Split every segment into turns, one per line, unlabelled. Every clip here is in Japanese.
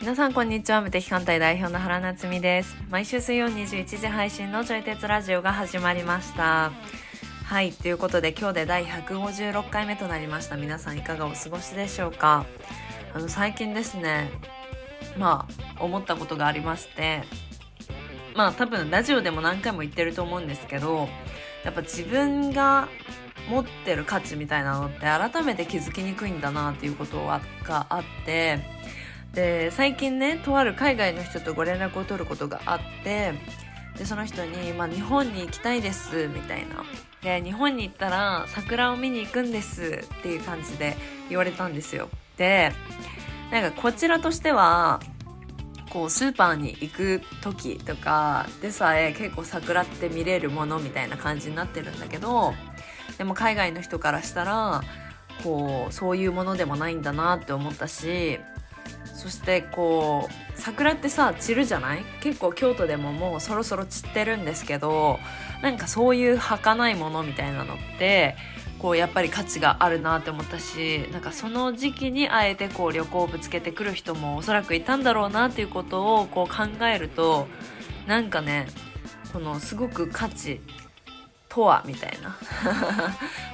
皆さんこんにちは無敵艦隊代表の原夏実です毎週水曜21時配信のジョイ鉄ラジオが始まりましたはいということで今日で第156回目となりました皆さんいかがお過ごしでしょうかあの最近ですねまあ思ったことがありましてまあ多分ラジオでも何回も言ってると思うんですけどやっぱ自分が持ってる価値みたいなのって改めて気づきにくいんだなっていうことがあってで最近ねとある海外の人とご連絡を取ることがあってでその人に、まあ「日本に行きたいです」みたいな「で日本に行ったら桜を見に行くんです」っていう感じで言われたんですよ。でなんかこちらとしてはこうスーパーに行く時とかでさえ結構桜って見れるものみたいな感じになってるんだけどでも海外の人からしたらこうそういうものでもないんだなって思ったしそしてこう桜ってさ散るじゃない結構京都でももうそろそろ散ってるんですけどなんかそういう儚いものみたいなのってこうやっぱり価値があるなって思ったしなんかその時期にあえてこう旅行をぶつけてくる人もおそらくいたんだろうなっていうことをこう考えるとなんかねこのすごく価値とはみたいな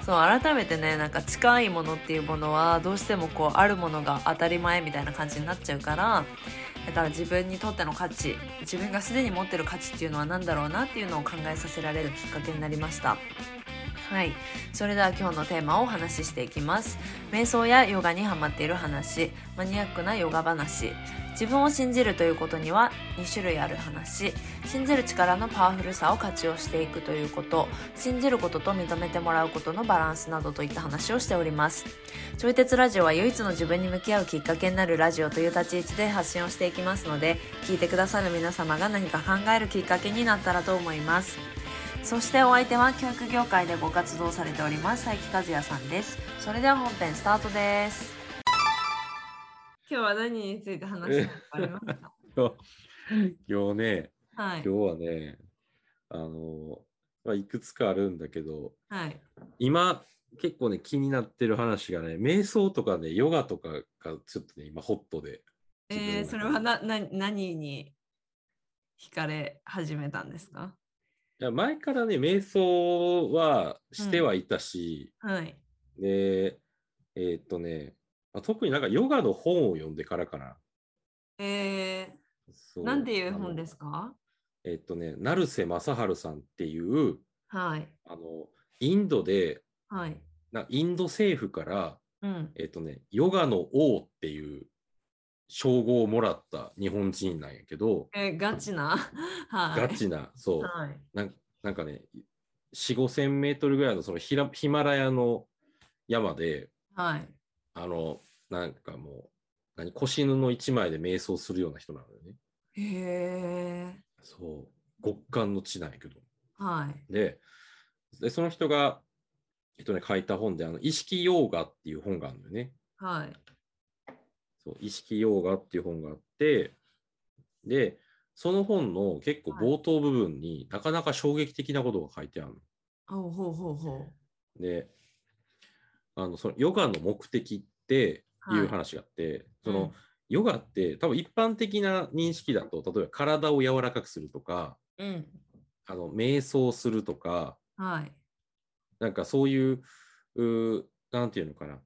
そう改めてねなんか近いものっていうものはどうしてもこうあるものが当たり前みたいな感じになっちゃうからだから自分にとっての価値自分がすでに持ってる価値っていうのは何だろうなっていうのを考えさせられるきっかけになりました。はい、それでは今日のテーマをお話ししていきます瞑想やヨガにハマっている話マニアックなヨガ話自分を信じるということには2種類ある話信じる力のパワフルさを活用していくということ信じることと認めてもらうことのバランスなどといった話をしておりますちょい鉄ラジオは唯一の自分に向き合うきっかけになるラジオという立ち位置で発信をしていきますので聞いてくださる皆様が何か考えるきっかけになったらと思いますそしてお相手は教育業界でご活動されております佐伯和也さんですそれでは本編スタートです今日は何について話したのかあります か
今日ね、
はい
今日はね、あの、まあ、いくつかあるんだけど、
はい
今、結構ね、気になってる話がね、瞑想とかね、ヨガとかがちょっとね、今、ホットで。
えー、それはなな何に惹かれ始めたんですか
いや前からね、瞑想はしてはいたし、
はい
で、えーっとね、まあ特になんかヨガの本を読んでからかな。
え
そ
ー、なんていう本ですすか
えーっとね、成瀬正春さんっていう、
はい
あの、インドで、
はい
なインド政府から、
うん
えっとね、ヨガの王っていう称号をもらった日本人なんやけど、
えー、ガチな はい
ガチな、そう、
はい
なんなんかね、4、5千メートルぐらいのそのヒラヒマラヤの山で、
はい
あの、なんかもう、何、腰布の一枚で瞑想するような人なのよね。
へえ
そう、極寒の地なんやけど。
ー、はい
で、でその人が、えっとね、書いた本で、あの、意識ヨガっていう本があるのよね。
はい
そう意識ヨガっていう本があってでその本の結構
はい
冒頭部分になかなか衝撃的なことが書いてある
ほうほうほうほう
の。であのそのヨガの目的っていう
はい
話があって、そ
うん
のヨガって多分一般的な認識だと例えば体を柔らかくするとか
うん。
あの瞑想するとか
はい。
なんかそういううーなんていうのかな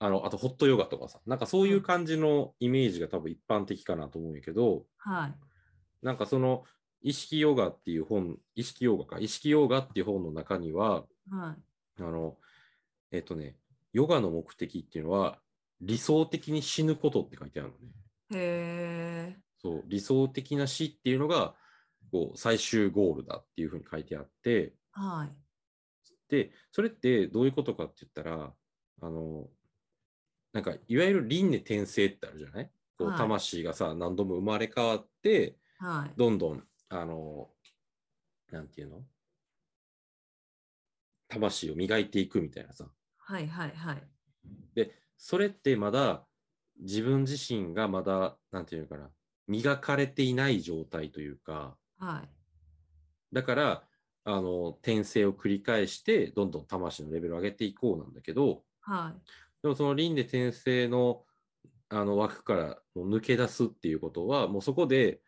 あのあとホットヨガとかさなんかそういう感じのイメージが多分一般的かなと思うんやけど、
はい。
なんかその意識ヨガっていう本、意識ヨガか、意識ヨガっていう本の中には、
は
あの、えっとね、ヨガの目的っていうのは、理想的に死ぬことって書いてあるのね。
い。へえ。
そう、理想的な死っていうのが、こう、最終ゴールだっていうふうに書いてあって、
はい。
で、それってどういうことかって言ったら、あの、なんか、いわゆる輪廻転生ってあるじゃないこ
は
う
い
魂がさ、何度も生まれ変わって、
はい。
どんどん、あの、なんていうの魂を磨いていくみたいなさ。
はい。はい。はい。
それってまだ自分自身がまだ、なんていうのかな、磨かれていない状態というか、
はい。
だから、あの、転生を繰り返して、どんどん魂のレベルを上げていこうなんだけど、
はい。
でもその輪廻転生のあの枠からもう抜け出すっていうことは、もうそこで、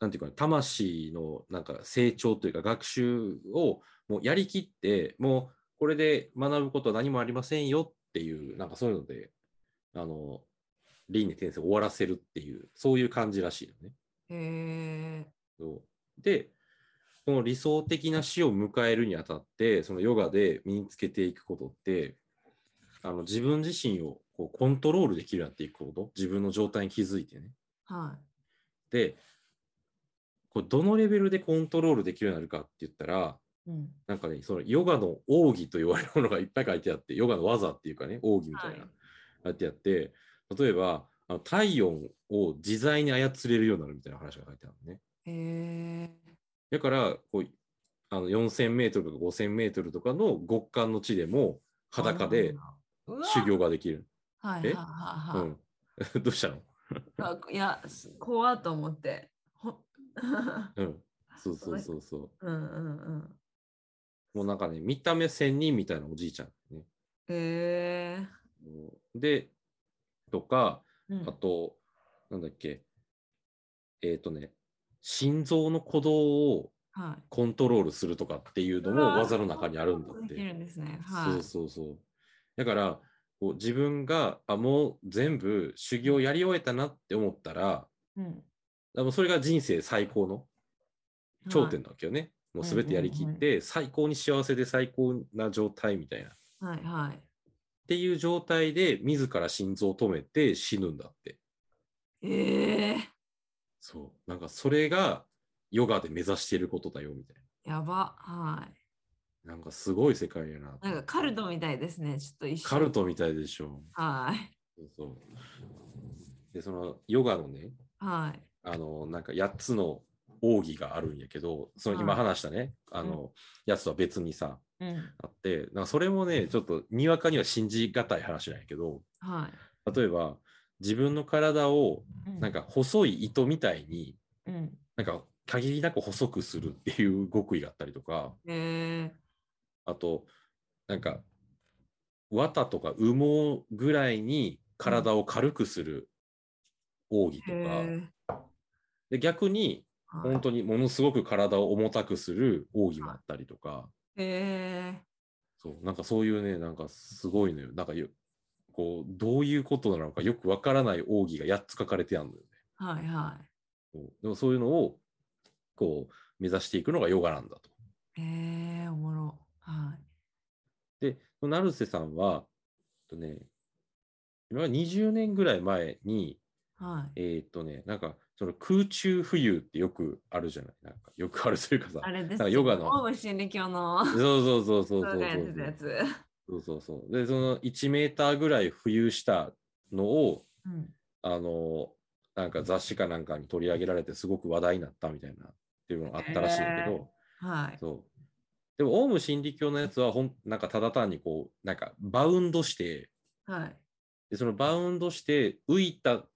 なんていうかな、魂のなんか成長というか学習をもうやりきって、もうこれで学ぶことは何もありませんよっていう、なんかそういうので、あの、輪廻転生を終わらせるっていう、そういう感じらしいよね。
へえ。
そうで、この理想的な死を迎えるにあたって、そのヨガで身につけていくことって、あの自分自身をこうコントロールできるようになっていくこと、自分の状態に気づいてね。
は
で、これどのレベルでコントロールできるようになるかって言ったら、
い。うん。
なんかね、そのヨガの奥義と言われるものがいっぱい書いてあって、ヨガの技っていうかね、奥義みたいな、
はい
書いてあって、例えば、あの体温を自在に操れるようになるみたいな話が書いてあるのね。
へえ。
だから、こう、あの4000メートルとか5000メートルとかの極寒の地でも裸で
うわ。
修行ができる。
はいはい
え
は
う
いはい
ん。 どうしたの
あ。いや、す怖っと思って。ほ
うん。そうそうそうそ
うんうんうん。
う。もうなんかね、見た目仙人みたいなおじいちゃん、ね。
へえ。
で、とか、
うん
あと、なんだっけ、えっ、とね、心臓の鼓動を
はい。
コントロールするとかっていうの
うわ
も
ー
技の中にあるんだっ
でき
て。
るんですね。はい。
そうそうそう。だから、こう自分が、あ、もう全部修行やり終えたなって思ったら、
うん。
でもそれが人生最高の頂点なわけよね。もう全てやりき
うん
っ
う
て、最高に幸せで最高な状態みたいな。っ
はい。はいはい。
ていう状態で、自ら心臓を止めて死ぬんだって。
ええ
そう。なんかそれがヨガで目指していることだよ、みたい
やば。はい。
な。なんかすごい世界やな。
なんかカルトみたいですね。ちょっと一緒。
カルトみたいでしょ。
はい。
そうそう。で、そのヨガのね、
はい。
あの、なんか8つの奥義があるんやけど、その今
はい
話したね、あの、やつとは別にさ、
うん。
あって、なんかそれもね、ちょっとにわかには信じがたい話なんやけど、
はい。
例えば、自分の体をなんか細い糸みたいに、
うん、うん。
なんか限りなく細くするっていう極意があったりとか、
え
あと、なんか、綿とか羽毛ぐらいに体を軽くする奥義
え
とか、で逆に本当にものすごく体を重たくする奥義もあったりとか、
え
そう、なんかそういうね、なんかすごいのよ。なんかよ、こう、どういうことなのかよくわからない奥義が8つ書かれてあるのよね。
はいは
そうでもそういうのを、こう、目指していくのがヨガなんだと。
い。ええおもろ。は
で、その成瀬さんは、えっとね、今から20年ぐらい前に、
い。はい。
えーっとね、なんか、その空中浮遊ってよくあるじゃないなんか、よくあるというかさ、
あれです
なんか
よ。
ヨガの
オウム真理教の
そうそうそうそうそ
人
うそう
がやってたやつ。
そうそうそう。で、その1メーターぐらい浮遊したのを、
うん。
あの、なんか雑誌かなんかに取り上げられて、すごく話題になったみたいな、っていうのがあったらしいんだけど、
はい。
そう。でも、オウム真理教のやつはほん、なんかただ単にこう、なんかバウンドして、
はい。
で、そのバウンドして浮いた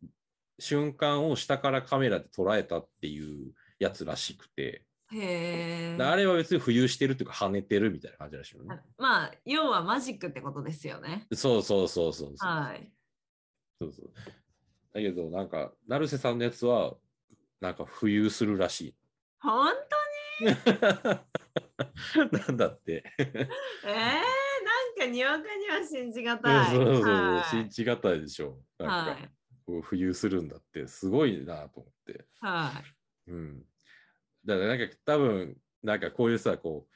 瞬間を下からカメラで捉えたっていうやつらしくて、
へえ
で。あれは別に浮遊してるっていうか跳ねてるみたいな感じらしいよね。
まあ、要はマジックってことですよね。
そうそうそうそうそう。
はい。
そうそう。だけど、なんか、成瀬さんのやつは、なんか浮遊するらし
本
い。 なんだって。
当ええなんかにわかには信じがたい。
そうそうそう
は。い
信じがたいでしょ。なん
は
か、こう浮遊するんだって、すごいなと思って。
い。はい。
うん。だから、なんか、多分なんかこういうさ、こう、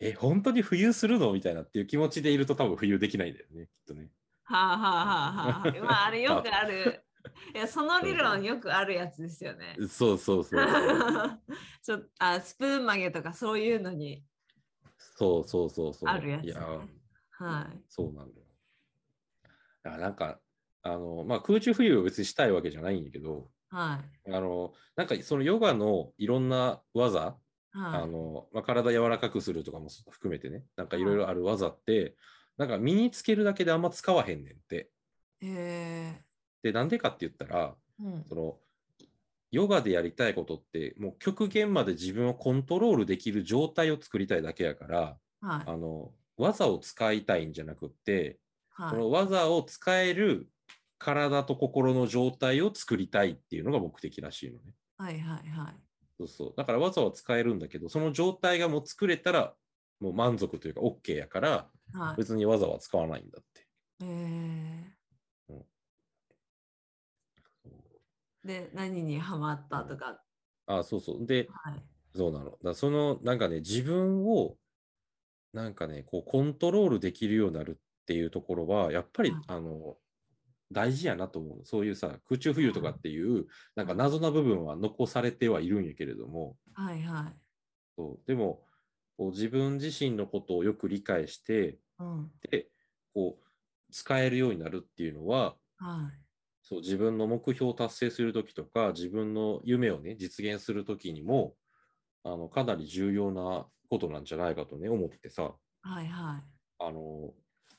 え、本当に浮遊するのみたいなっていう気持ちでいると多分浮遊できないんだよね、きっとね。
はあ、はあはあはあ、まあ、あれよくある。 いや、その理論よくあるやつですよね。
そうそう そうそう。
ちょっとあスプーン曲げとかそういうのに。
そうそうそうそう。
あるやつね
いやー、
は
そうなんだよ。だからなんか、あの、まあ、空中浮遊を別にしたいわけじゃないんだけど、
い。は
あの、なんかそのヨガのいろんな技、
い。はい。
あの、まあ、体柔らかくするとかも含めてね、なんかいろいろある技って、なんか身につけるだけであんま使わへんねんって。
へえ
で、なんでかって言ったら、
うん
その、ヨガでやりたいことって、もう極限まで自分をコントロールできる状態を作りたいだけやから、
はい。
あの、技を使いたいんじゃなくって、
は
こ
い。
の技を使える体と心の状態を作りたいっていうのが目的らしいのね。
はい。はい。はい。
そうそう。だから技は使えるんだけど、その状態がもう作れたら、もう満足というか OK やから、
はい。
別に技は使わないんだって。
えー、で、何にハマったとか。
あ、そうそう。で、
はい。
そうなの。だからその、なんかね、自分を、なんかね、こう、コントロールできるようになるっていうところは、やっぱり
はい、
あの、大事やなと思う。そういうさ、空中浮遊とかっていう、なんか謎な部分は残されてはいるんやけれども、
はい。はい。
そうでも、こう自分自身のことをよく理解して、
うん。
で、こう、使えるようになるっていうのは、
は
そう自分の目標を達成するときとか、自分の夢をね、実現するときにも、あの、かなり重要なことなんじゃないかとね、思ってさ、
い。はい。はい。
あの、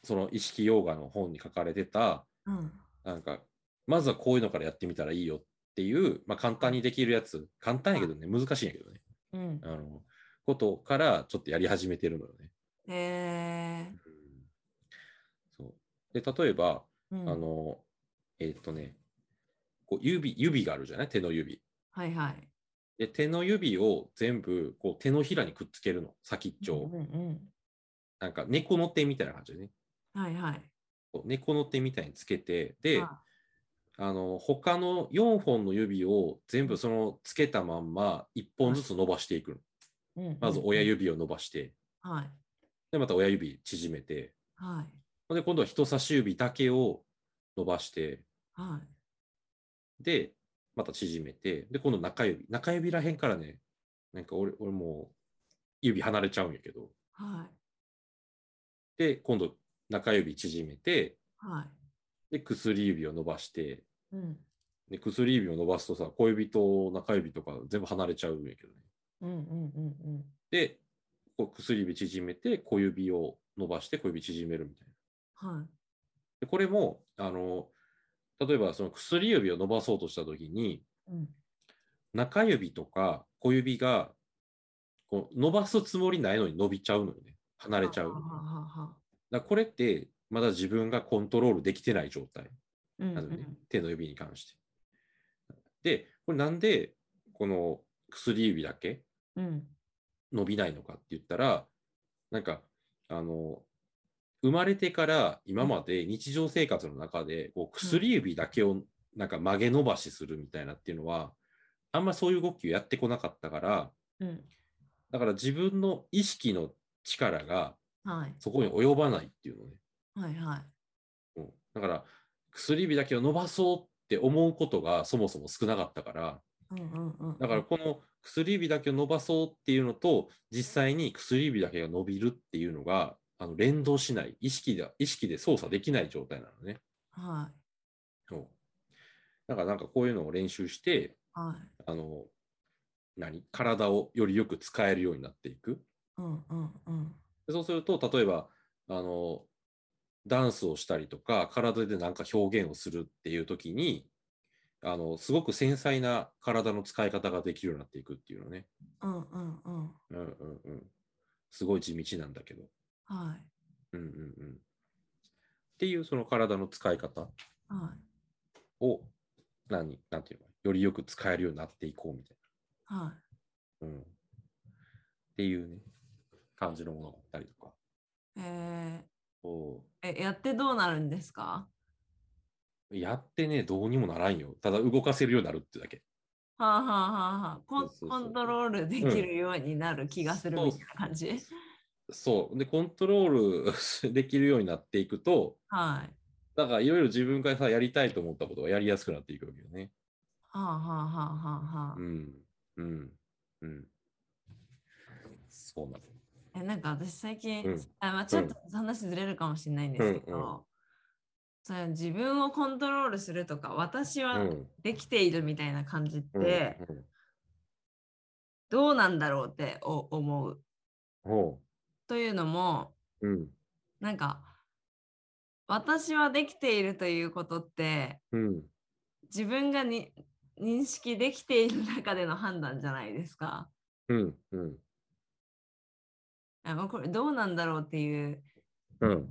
その意識ヨガの本に書かれてた、
うん。
なんか、まずはこういうのからやってみたらいいよっていう、まあ、簡単にできるやつ、簡単やけどね、難しいんやけどね、
うん。
あの、ことからちょっとやり始めてるのよね。
え
そう。で、例えば、
ー、うん。
あの、えーっとね、こう指、指があるじゃない手の指。
はいはい。
で、手の指を全部、こう、手のひらにくっつけるの。先っちょを。
うんうん
なんか、猫の手みたいな感じでね。
うん。はいはい。
こう猫の手みたいにつけて、で、
あ
あの、他の4本の指を全部その、つけたまんま、1本ずつ伸ばしていくの。
うんうん
まず親。指を伸ばして、
はい。
で、また親指縮めて、
はい。
で、今度は人差し指だけを伸ばして、
は
で、また縮めて、で、今度中指。中指らへんからね、なんか俺、俺もう、指離れちゃうんやけど、
い。はい。
で、今度、中指縮めて、
はい。
で、薬指を伸ばして、
うん。
で、薬指を伸ばすとさ、小指と中指とか全部離れちゃうんやけどね。
うんうんうんうん。
で、こう薬指縮めて、小指を伸ばして、小指縮めるみたいな。
はい。
で、これも、あの、例えばその薬指を伸ばそうとしたときに、
うん。
中指とか小指がこう伸ばすつもりないのに伸びちゃうのよね。離れちゃう。だ
は
か
ははは。
らこれって、まだ自分がコントロールできてない状態。
うんう
なのね、
ん。
手の指に関して。で、これなんでこの薬指だけ
うん。
伸びないのかって言ったら、なんか、あの、生まれてから今まで日常生活の中でこう薬指だけをなんか曲げ伸ばしするみたいなっていうのは、あんまそういう動きをやってこなかったから、
うん。
だから自分の意識の力が
はい。
そこに及ばないっていうのね。
はいはい。
うん、だから薬指だけを伸ばそうって思うことがそもそも少なかったから、
うんうんうん。
だからこの薬指だけを伸ばそうっていうのと、実際に薬指だけが伸びるっていうのが、あの連動しない、意識で、意識で操作できない状態なのね。
は
そうだからなんかこういうのを練習して、
い。はい。
あの、何体をよりよく使えるようになっていく。
うんうんうん。
でそうすると、例えば、あの、ダンスをしたりとか、体でなんか表現をするっていう時に、あの、すごく繊細な体の使い方ができるようになっていくっていうのね。
うんうんうん。
うんうんうん。すごい地道なんだけど。
は
うんうんうん。っていうその体の使い方
い。はい。
を、何、なんていうの、よりよく使えるようになっていこうみたい
はい。
な。うん。っていうね、感じのものだったりとか。
え
お
ー、え、やってどうなるんですか
やってね、どうにもならんよ。ただ動かせるようになるってだけ。
はあはあはあはあコン
そうそうそう
コントロールできるようになる気がするみたいな感じ、
そう。で、コントロール できるようになっていくと、
はい。
だからいろいろ自分がさ、やりたいと思ったことがやりやすくなっていくわけよね。
はあはあはあはあはあ
う。ん。うん。うん。そうなの。
えなんか私最近、
うん
あまあ、ちょっと話ずれるかもしれないんですけど、
うんう
その自分をコントロールするとか私は
うん
できているみたいな感じっ
うん
て
うん
どうなんだろうってお思う。
ほ
というのも
う。うん。
なんか私はできているということって
うん。
自分がに認識できている中での判断じゃないですか。
うん、うん、
あもうこれどうなんだろうっていう
うん、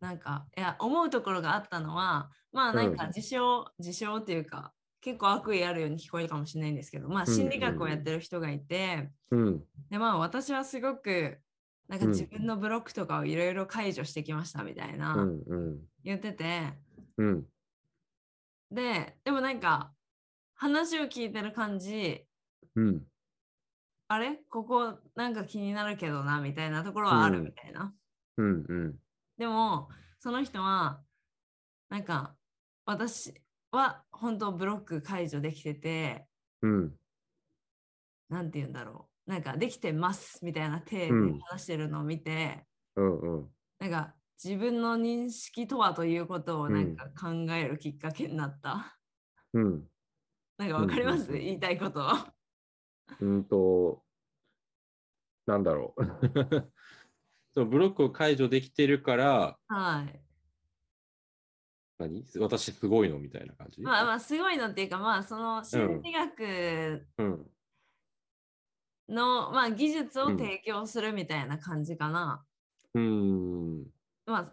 なんかいや思うところがあったのはまあなんか
うん
自称、自称っていうか結構悪意あるように聞こえるかもしれないんですけどまあ
うんうん
心理学をやってる人がいて、
うん、
でまあ私はすごくなんか
うん
自分のブロックとかをいろいろ解除してきましたみたいな、
うん、うん、
言ってて
うん、
ででもなんか話を聞いてる感じ
うん、
あれここなんか気になるけどなみたいなところはある
うん
みたいな。
うん、うん、
でもその人はなんか私は本当ブロック解除できてて
うん、
なんて言うんだろうなんかできてますみたいな体で
うん
話してるのを見て、
うん、うん、
なんか自分の認識とはということを
うん
なんか考えるきっかけになった。
うん。
なんかわかります、
うんうんうん
言いたいこと。
うんと、なんだろう。 そのブロックを解除できてるから、
はい。
何私すごいのみたいな感じ。
まあまあすごいのっていうかまあその心理学
うん。
の、まあ技術を
うん
提供するみたいな感じかな。
うーん。
まあ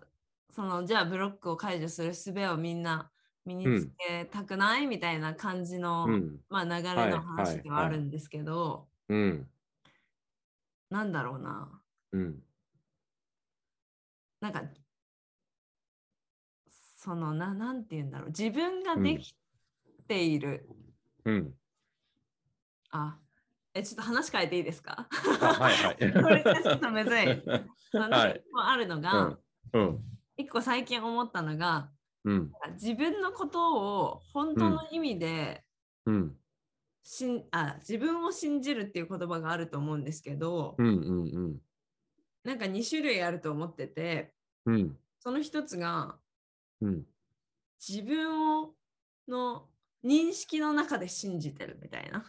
そのじゃあブロックを解除する術をみんな身につけたくない、みたいな感じの、
うん。
まあ、流
は
れ
い
の話ではあるんですけど、
うん。
なんだろうな
うん。
なんかそのななんて言うんだろう自分ができている、
うん。
あえちょっと話変えていいです か
あはいはい。
これがちょっとむずい。その
はい
一個あるの
う
が
ん。うん。
一、個最近思ったのが
うん。
自分のことを本当の意味で、
うん。
しんあ自分を信じるっていう言葉があると思うんですけど、
うん。うん。
なんか2種類あると思ってて
うん。
その一つが
うん。
自分をの認識の中で信じてるみたいな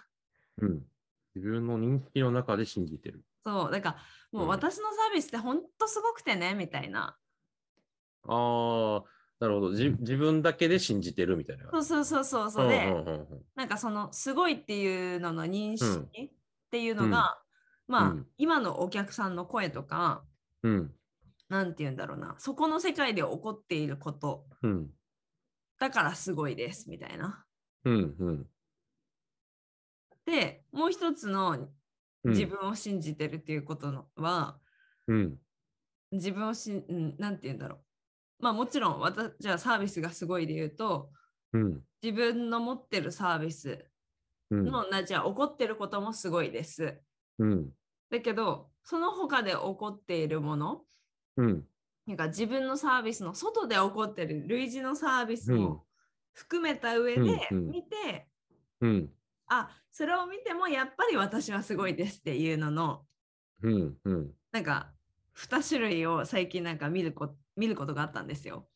うん。自分の認識の中で信じてる。
そうだからもう
うん
私のサービスってほんとすごくてねみたいな
ああ、なるほど。じ自分だけで信じてるみたいな。
そうそうそうそうそうで、
うんうんうん
なんかそのすごいっていうのの認識っていうのが、まあ、
うん
今のお客さんの声とか
うん。
なんて言うんだろうなそこの世界で起こっていること
うん。
だからすごいですみたいな。
うん。うん。
でもう一つの
うん
自。分を信じてるっていうことのは、
うん。
自分をしん、うん、なんて言うんだろうまあもちろん私じゃあサービスがすごいで言うと
うん。
自分の持ってるサービス
うん。
の、なじゃあ起こってることもすごいです
うん。
だけどその他で起こっているもの
うん。
なんか自分のサービスの外で起こってる類似のサービス
うん
も含めた上で
うんうん
見て、
うん。
あそれを見てもやっぱり私はすごいですっていうのの
うん。うん。
なんか2種類を最近なんか見るこ見ることがあったんですよ。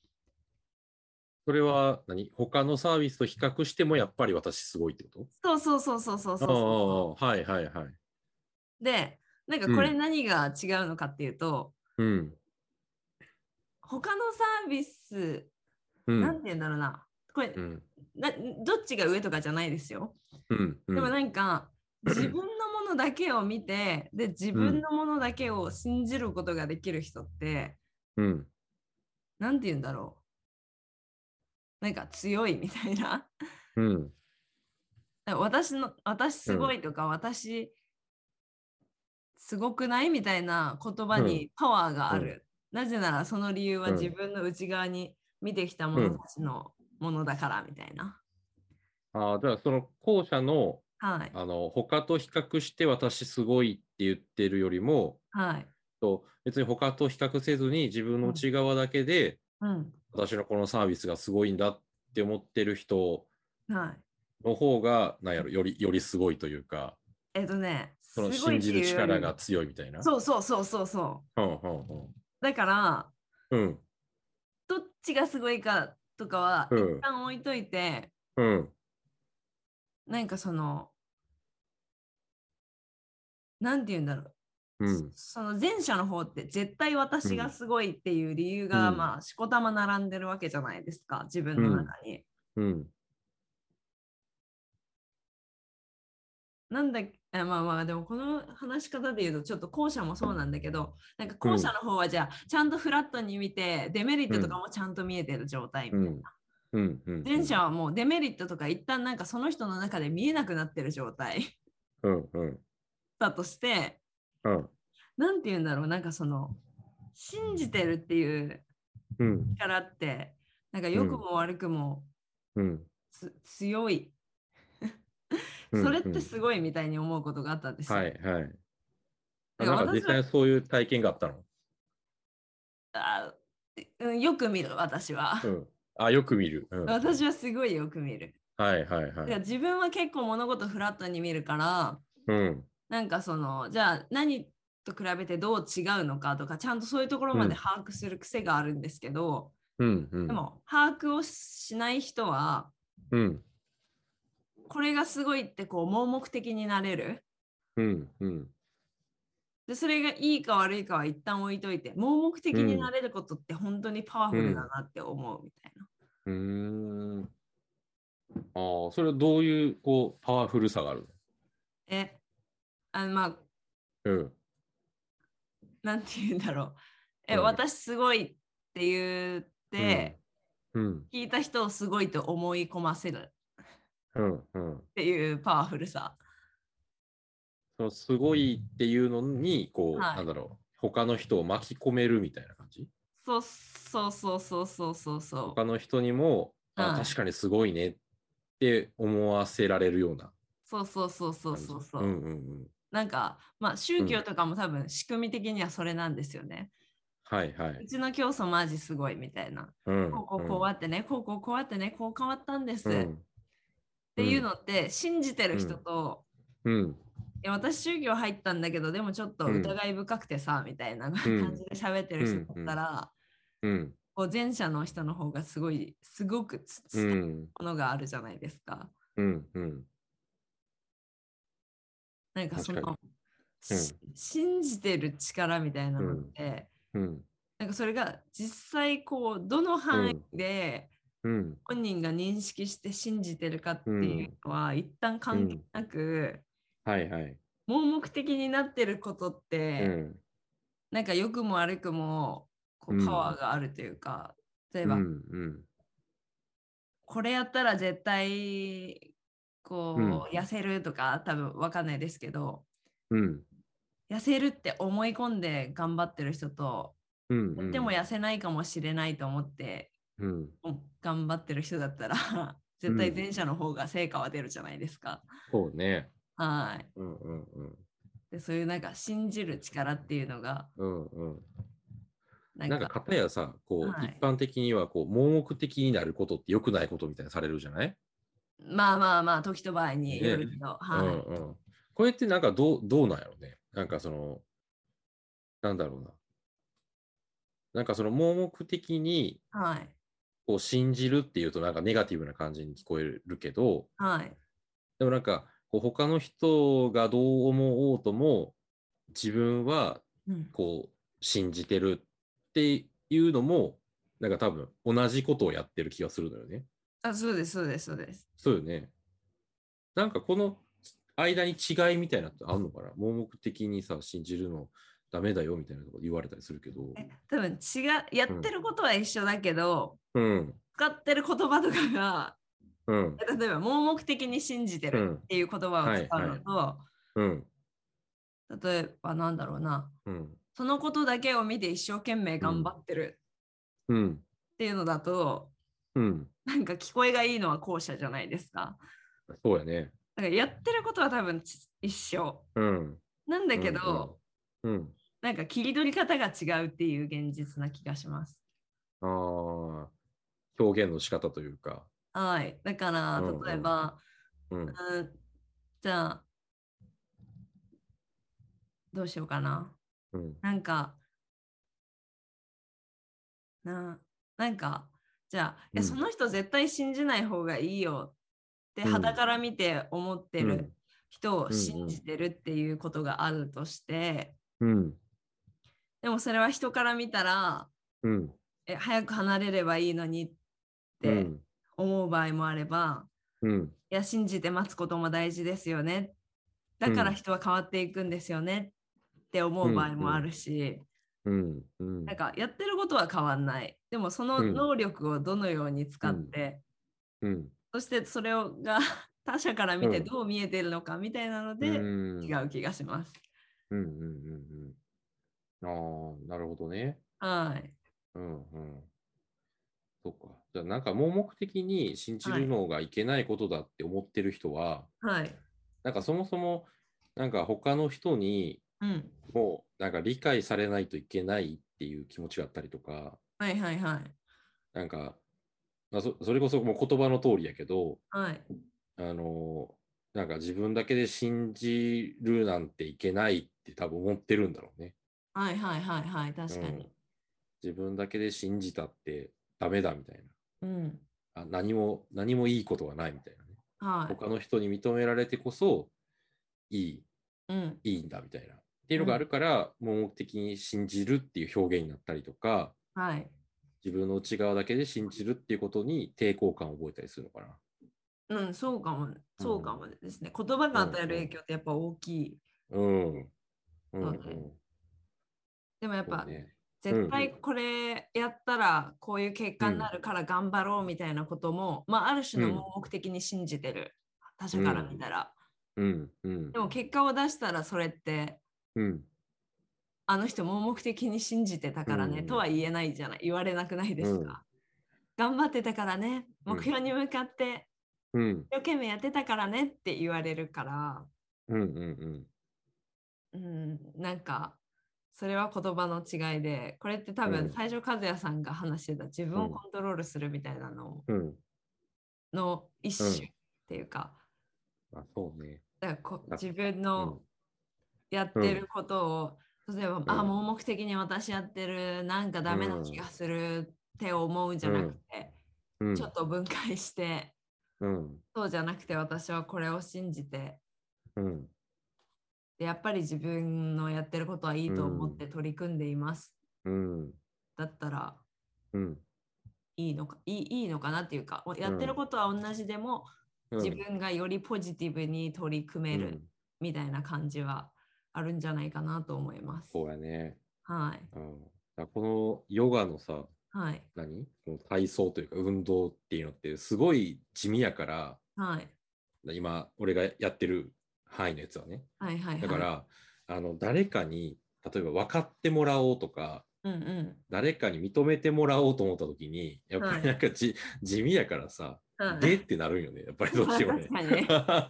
それは何他のサービスと比較してもやっぱり私すごいってこ
そうそうそうそうそう
と
そうそ
ああ、はいはいはい。
う。でなんか
うん
これ何が違うのかっていうと、
うん。
他のサービス、
う
なん
ん。
て言うんだろうなこれ、
うん。
などっちが上とかじゃないですよ。
うん。うん
でもなんか、自分のものだけを見てで自分のものだけを信じることができる人って、
うん。
なんて言うんだろうなんか強いみたいな。
うん。
なんか私の私すごいとか、私すごくないみたいな言葉にパワーがある、なぜならその理由は
うん
自分の内側に見てきた者たちのものだからみたいな、
ああ、だからその後者の、
はい
あの、他と比較して私すごいって言ってるよりも、
はい
と別に他と比較せずに自分の内側だけで、
うん
私のこのサービスがすごいんだって思ってる人
はい
の方が、なんやろ、より、よりすごいというか、
えっとね
その
すごい
信
っていう
じ
よ
る
り
力が強いみたいな。
そうそうそうそうそう
うん。うん。
だから
うん。うん。
どっちがすごいかとかは
うん
一旦置いといて、
うん。
なんかそのなんて言うんだろう
うん。
その前者の方って絶対私がすごいっていう理由が、
うん
まあしこたま並んでるわけじゃないですか自分の中に。
うん。
なんだっけあまあまあでもこの話し方で言うとちょっと後者もそうなんだけどなんか後者の方はじゃあちゃんとフラットに見てデメリットとかもちゃんと見えてる状態みたいな、
うんうん。
前者はもうデメリットとか一旦なんかその人の中で見えなくなってる状態
うんうん
だとして
うん
なんて言うんだろうなんかその信じてるっていう
うん
力ってなんか良くも悪くも
うん
つ、強い
うん。
それってすごいみたいに思うことがあったんですよ。
はいはい。あ
だから
なんか
私
実際
は
そういう体験があったの。
あうんよく見る私は、
うん。あ、よく見る。うん、はい
私はすごいよく見る。
はいは
だから
い。
自分は結構物事フラットに見るから
うん。
なんかそのじゃあ何と比べてどう違うのかとかちゃんとそういうところまで
うん
把握する癖があるんですけど、
うんうん。
でも把握をしない人は
うん
これがすごいってこう盲目的になれる
うんうん
でそれがいいか悪いかは一旦置いといて盲目的になれることって本当にパワフルだなって思うみたいな。
うーん。ああ、それはどういうこうパワフルさがある
えあのまあ
のうん。
なんて言うんだろうえ、
うん
私すごいって言って、
うん
聞いた人をすごいと思い込ませるっ
うんうん。
ていうパワフルさ。
そのすごいっていうのに、こう、
はい
なんだろう、他の人を巻き込めるみたいな感じ
そうそうそうそうそうそうそ
他の人にも、あ
はい
確かにすごいねって思わせられるような
うそうそうそうそう
感じ。
そうそう、
うんうんうん。
なんかまあ宗教とかも多分仕組み的にはそれなんですよね、
はいは
う
い。
ちの教祖マジすごいみたいな
うん
こうこうこうあってね、こうこうこうあってねこう変わったんです、
う
っ
ん
ていうのって信じてる人と、
うん
いや私宗教入ったんだけどでもちょっと疑い深くてさ、みたいな感じで喋ってる人だったら、
うん
こう前者の人の方がすごいすごくつ
う
伝わる
ん
ものがあるじゃないですか。
うんうん
なんかその
確か
し信じてる力みたいなのって、
うん
なんかそれが実際こうどの範囲で
うん
本人が認識して信じてるかっていうのは一旦関係なく、
はいはい。
盲目的になってることっ
う
て、
ん
なんか良くも悪くもこ
う
うんパワーがあるというか、例え
うん
ば、
うん
これやったら絶対こう、
うん
痩せるとか多分わかんないですけど
うん
痩せるって思い込んで頑張ってる人と、
うん
とっても痩せないかもしれないと思って
うん
お頑張ってる人だったら 絶対前者の方が成果は出るじゃないですか。
そうね。
はい
うんうんうん
でそういうなんか信じる力っていうのが
うんうん。
なんか
なんか片やさ、こう、
はい
一般的にはこう盲目的になることって良くないことみたいにされるじゃない、
まあまあまあ時と場合によるけど、はい、
うんうん。これってなんかどうどうなんやろうね。なんかその、なんだろうな。なんかその盲目的に
はい
こう信じるっていうとなんかネガティブな感じに聞こえるけど、
はい
でもなんかこう他の人がどう思おうとも自分は
うん
こう信じてるっていうのもなんか多分同じことをやってる気がするのよね。
あそうですそうですそうです。
そうよね。なんかこの間に違いみたいなのってあるのかな盲目的にさ信じるのダメだよみたいなこと言われたりするけど。
え多分違うやってることは一緒だけど、
うん
使ってる言葉とかが
うん
え例えば盲目的に信じて
う
る
ん
っていう言葉を使うのと、
うん
例えばなんだろうな
うん
そのことだけを見て一生懸命頑張ってる
うん
っていうのだと、
うん
なんか聞こえがいいのは後者じゃないですか。
そうやね。
だからやってることは多分ち一緒
うん。
なんだけど、
うんうん、
なんか切り取り方が違うっていう現実な気がします。
ああ、表現の仕方というか。
はい、だから
うんうん
例えば、
うん。
うん、じゃあどうしようかな。
うん。
なんか、な、なんか、じゃあ、いや
うん
その人絶対信じない方がいいよって
うん
肌から見て思って
う
る
ん
人を
うん
信じてるっていうことがあるとして、
うん。
でもそれは人から見たら、
うん。
え、早く離れればいいのにっ
う
て
ん。
思う場合もあれば、
うん。
いや、信じて待つことも大事ですよねだから人は変わっていくんですよねって思う場合もあるし、
うんうん
なんかやってることは変わんない。でもその
うん
能力をどのように使って、
うん
そしてそれをが 他者から見て
うん
どう見えてるのかみたいなので、
うん
違う気がします。
うんうんうんうん。ああ、なるほどね。
はい。
うんうん。そっか。じゃあなんか盲目的に信じるのがいけないことだって思ってる人は、
はい。
なんかそもそもなんか他の人に
うん。
もうなんか理解されないといけないっていう気持ちがあったりとか、
はいはいはい。
なんか、まあ、そそれこそもう言葉の通りやけど、
はい。
あのなんか自分だけで信じるなんていけないって多分思ってるんだろうね。
はいはいはいはい。確か
う
に
ん。自分だけで信じたってダメだみたい
うん。
な。あ何も、何もいいことがないみたいなね。
はい。
他の人に認められてこそい
うん。
い、いいんだみたいな。っていうのがあるから、盲目的に信じるっていう表現になったりとか、
はい。
自分の内側だけで信じるっていうことに抵抗感を覚えたりするのかな。
うん、そうかも、そうかもですね。言葉が与える影響ってやっぱ大きい。
うん。うん、
そう
う
ね
ん。
でもやっ
そ
ぱ
う、ね。
絶対これやったらこういう結果になるから頑張ろうみたいなことも、まあ、ある種の
うん
盲目的に信じてる他者から見たら、
うん、うん
で。も結果を出したらそれって
うん。
あの人盲目的に信じてたからね、
うん
とは言えないじゃない言われなくないですか、頑張ってたからね
うん
目標に向かって
うん。
一生懸命やってたからねって言われるから
うん。うん。
うんなんかそれは言葉の違いでこれって多
う
分
ん
最初和也さんが話してた自分をコントロールするみたいなのを
うん。うん。
の一種
うん
っていうか,、
あ、そうね。
だからこ
あ
自分
う
の
ん。
やってることを、例えば、
ん
あ盲目的に私やってるなんかダメな気がするって思うんじゃなくて、
うん
ちょっと分解して
うん。
そうじゃなくて私はこれを信じて
うん。
でやっぱり自分のやってることはいいと思って取り組んでいます、
うん。
だったら
うん。
いいのかいいいいのかなっていうかおやってることは同じでも、
うん
自分がよりポジティブに取り組める、
うん
みたいな感じはあるんじゃないかなと思います。
そうやね。
はい。
うん。だからこのヨガのさ、
はい。
何この体操というか運動っていうのってすごい地味やから、
はい。
今、俺がやってる範囲のやつはね。
はい。はい。はい
だから、、あの、誰かに、例えば分かってもらおうとか、
うんうん。
誰かに認めてもらおうと思った時に、やっぱ
はい
りなんかじ、地味やからさ、
はい
でってなるんよね。やっぱりどうしてもね。
確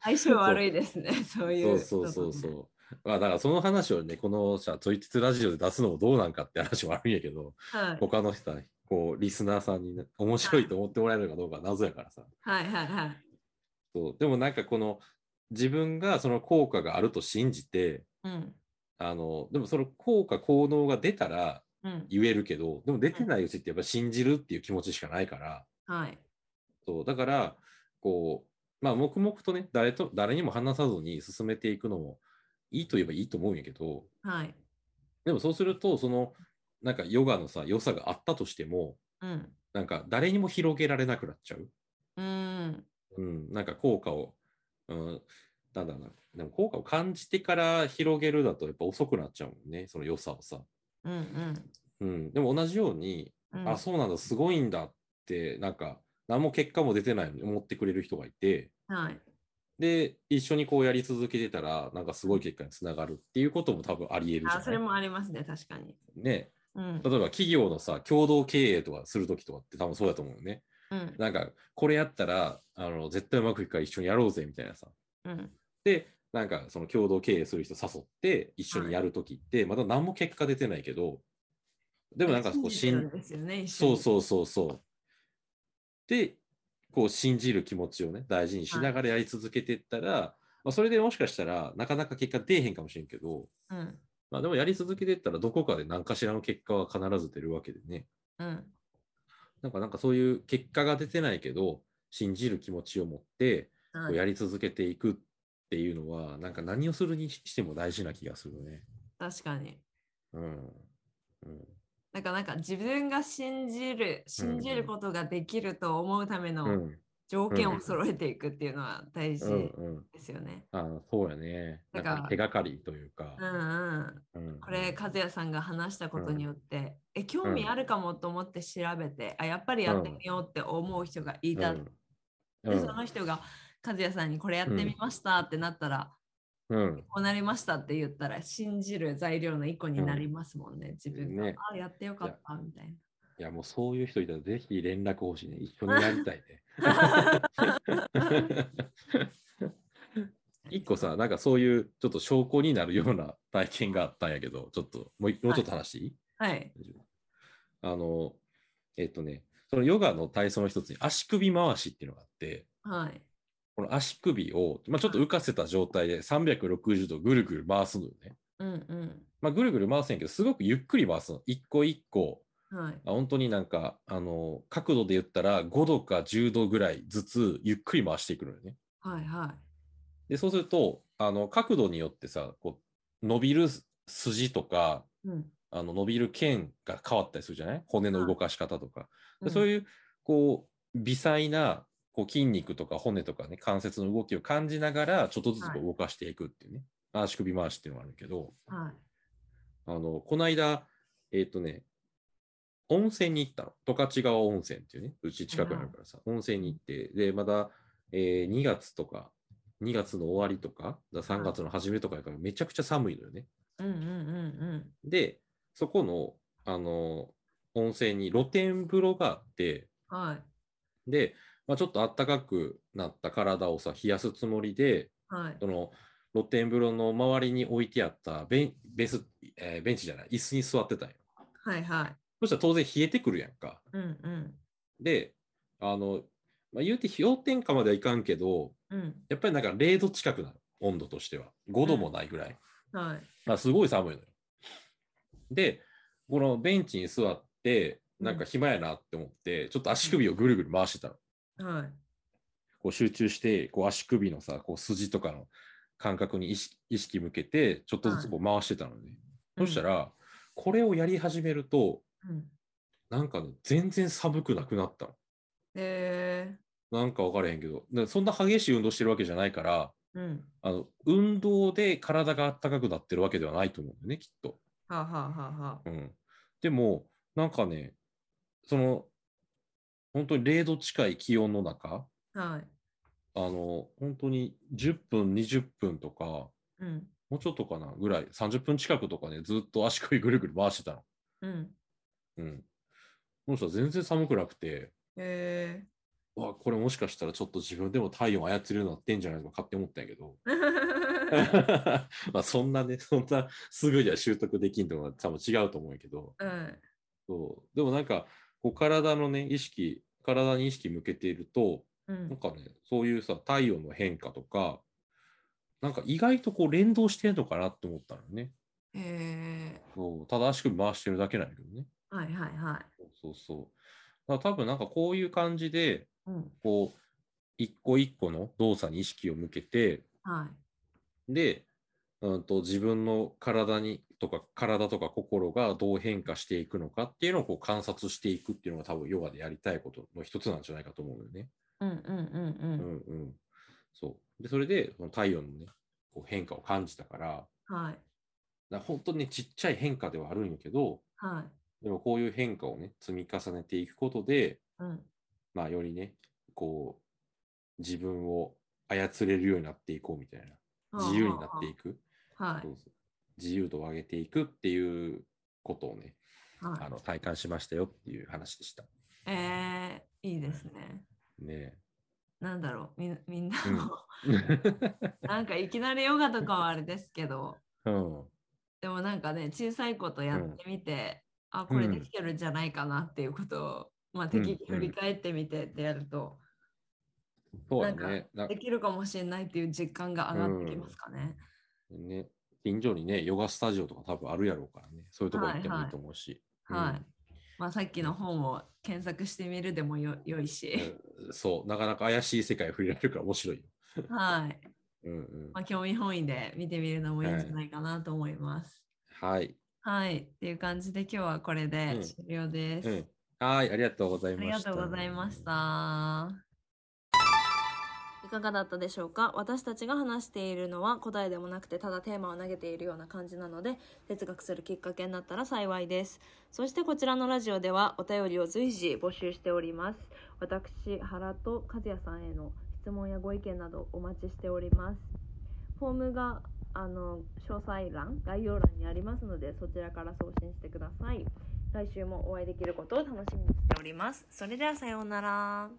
相性悪いですね。そう いう。
そうそうそう
う。
そう。まあだからその話をね、このさ、トイツラジオで出すのもどうなんかって話もあるんやけど、
はい。
他の人は、こう、リスナーさんにね面白いと思ってもらえるのかどうかは謎やからさ。
はい。はい。はい。
そうでもなんかこの、自分がその効果があると信じて、
うん。
あの、でもその効果、効能が出たら
うん。
言えるけど、でも出てないうちってやっぱ信じるっていう気持ちしかないから、
はい。
そう、だから、こう、まあ、黙々とね、誰と、誰にも話さずに進めていくのもいいと言えばいいと思うんやけど、
はい。
でもそうすると、その、なんかヨガのさ、良さがあったとしても、
うん。
なんか誰にも広げられなくなっちゃう。
うん。
うん、なんか効果を、うん、なんだろうな、でも効果を感じてから広げるだとやっぱ遅くなっちゃうもんね、その良さをさ。
うん。うん。
うん、でも同じように、
うん。
あ、そうなんだ、すごいんだって、なんか、何も結果も出てないのに思ってくれる人がいて、
はい。
で、一緒にこうやり続けてたら、なんかすごい結果につながるっていうことも多分あり得るじゃ
あ、
ない
それもありますね。確かに。
ね、
うん。
例えば企業のさ、共同経営とかするときとかって多分そうだと思うよね。
うん。
なんか、これやったら、あの、絶対うまくいくから一緒にやろうぜ、みたいなさ。
うん。
で、なんか、その共同経営する人誘って、一緒にやるときって、まだ何も結果出てないけど、
で
でもなんか、こう、
信じてる
信
んですよね。一緒
そ
に
うそうそうそう。で、こう信じる気持ちをね、大事にしながらやり続けてったら、まあ、それでもしかしたらなかなか結果出えへんかもしれんけど、
うん。
まあでもやり続けてったらどこかで何かしらの結果は必ず出るわけでね。
うん。
なんかなんかそういう結果が出てないけど、信じる気持ちを持って、こ
は
う
い。
やり続けていくっていうのは、なんか何をするにしても大事な気がするね。
確かに。
うん。うん。
なんかなんか自分が信じる信じることができると思うため
う
の
ん。
条件を揃えていくっていうのは大事
うんうん。
ですよね。
あーそうやね。
な
なんん
か
か手がかりというか
う。んうん、
うん
これ和也さんが話したことによって、え興味あるかもと思って調べて、あやっぱりやってみようって思う人がいた、
うん
でその人が和也さんにこれやってみましたってなったら、
うん。
こうなりましたって言ったら信じる材料の一個になりますもんね、自分が、
ね
あやってよかったみたい
いや、もうそういう人いたらぜひ連絡欲しいね。一緒にや りたいね。一個さ、なんかそういうちょっと証拠になるような 体験があったんやけど、ちょっともういもうちょっと話していい、
な。はい。
あの、えっとね、そのヨガの体操の一つに足首回しっていうのがあって、
はい。
この足首を、まあ、ちょっと浮かせた状態で360度ぐるぐる回すのよね。
うん
まあ、ぐるぐる回すんやけど、すごくゆっくり回すの。一個一個、
うん。はい。
あ本当になんか、あの、角度で言ったら5度か10度ぐらいずつゆっくり回していくのよね。
はいは
で、そうすると、あの、角度によってさ、こう、伸びる筋とか、
い。うん。
あの伸びる剣が変わったりするじゃない骨の動かし方とか。でそう
う
いう、こう、微細な、こう筋肉とか骨とかね、関節の動きを感じながら、ちょっとずつこ
はいう
動かしていくっていうね、足首回しっていうのがあるけど、
ん。はい。
あの、この間、えっ、とね、温泉に行ったの。十勝川温泉っていうね、うち近くにあるからさ、温泉に行って、で、まだ、え2月とか、2月の終わりとか、3月の初めとかやから、めちゃくちゃ寒いのよね。
うんうんうん
で、そこの、あの、温泉に露天風呂があって、
うん。はい。
で、まあ、ちょっと暖かくなった体をさ、冷やすつもりで、
はい。
その露天風呂の周りに置いてあったベンベース、えーベンチじゃない、椅子に座ってたんよ。
はいはい。
そしたら当然冷えてくるやんか。
うんうん。
で、あの、まあ、言うて氷点下まではいかんけど、
うん。
やっぱりなんか0度近くなる、温度としては。5度もないぐらい。
はい。
あすごい寒いのよ。で、このベンチに座って、なんか暇やなって思って、ちょっと足首をぐるぐる回してたの。
はい。
こう集中して、こう足首のさ、こう筋とかの感覚に意識意識向けて、ちょっとずつこう回してたのね。そしたら、これをやり始めると、
うん、うん。
なんかね、全然寒くなくなった
え
の。なんか分からへんけど、でそんな激しい運動してるわけじゃないから、
ー、うん。
あの運動で体が暖かくなってるわけではないと思うんだよね、きっと。
はあ、はあはあはあ、
うん、でもなんかねその本当に0度近い気温の中
はい。
あの本当に10分20分とかも
うん。
うちょっとかなぐらい30分近くとかねずっと足首ぐるぐる回してたの。
うん。
うん、そしたら全然寒くなくて
え
うわこれもしかしたらちょっと自分でも体温操れるようになってんじゃないか勝手に思ったんやけど
ー。
まあそんなねそんなすぐには習得できんとは多分違うと思うんやけど。
うん。
そう。でもなんか、こう体のね、意識、体に意識向けていると、
う
なん
ん。
かね、そういうさ、太陽の変化とか、なんか意外とこう連動してるのかなって思ったのね。
え
そう。ただ足首回してるだけなんだけどね。
ー。はいはいはい。
そうそうそう。だから多分なんかこういう感じで、
うん。
こう、一個一個の動作に意識を向けて、
はい。
で、うんと自分の体にとか体とか心がどう変化していくのかっていうのをこう観察していくっていうのが多分ヨガでやりたいことの一つなんじゃないかと思うのよね。
うんうんう
うんんうん。そう。で、それでその太陽のね、こう変化を感じたから、
うん。はい。
な本当にねちっちゃい変化ではあるんやけど、
はい。
でもこういう変化をね、積み重ねていくことで、
うん。
まあよりね、こう、自分を操れるようになっていこうみたいな、自由になってい
く。
く。
はい
そう。そう自由度を上げていくっていうことをね、
は
あ
い。
の体感しましたよっていう話でした。
えー、いいですね。
ね
なんだろう、みんみんな
うん
も、なんかいきなりヨガとかはあれですけど、
え。うん。
でもなんかね、小さいことやってみて、あ、これできてるんじゃないかなっていうことを、まあ、適宜
うんう
振
ん
り返ってみてってやると、
そうだね。な
できるかもしれないっていう実感が上がってきますかね。
ね近所にね、ヨガスタジオとか多分あるやろうからね、そういうとこ行ってもいいと思うし。
はいはいまあ、さっきの本を検索してみるでもよよいし、
うんそう、なかなか怪しい世界触れられるから面白いよ。
はい。
うんうん
まあ、興味本位で見てみるのもいいんじゃないかなと思います。
はい。
はい。っていう感じで今日はこれで
うん
終了です。
うんはい、ありがとうござい
あ
まし
り
た。
がとうございまし。た。かがだったでしょうか私たちが話しているのは答えでもなくてただテーマを投げているような感じなので哲学するきっかけになったら幸いですそしてこちらのラジオではお便りを随時募集しております私原と和也さんへの質問やご意見などお待ちしておりますフォームがあの詳細欄概要欄にありますのでそちらから送信してください来週もお会いできることを楽しみにしておりますそれではさようなら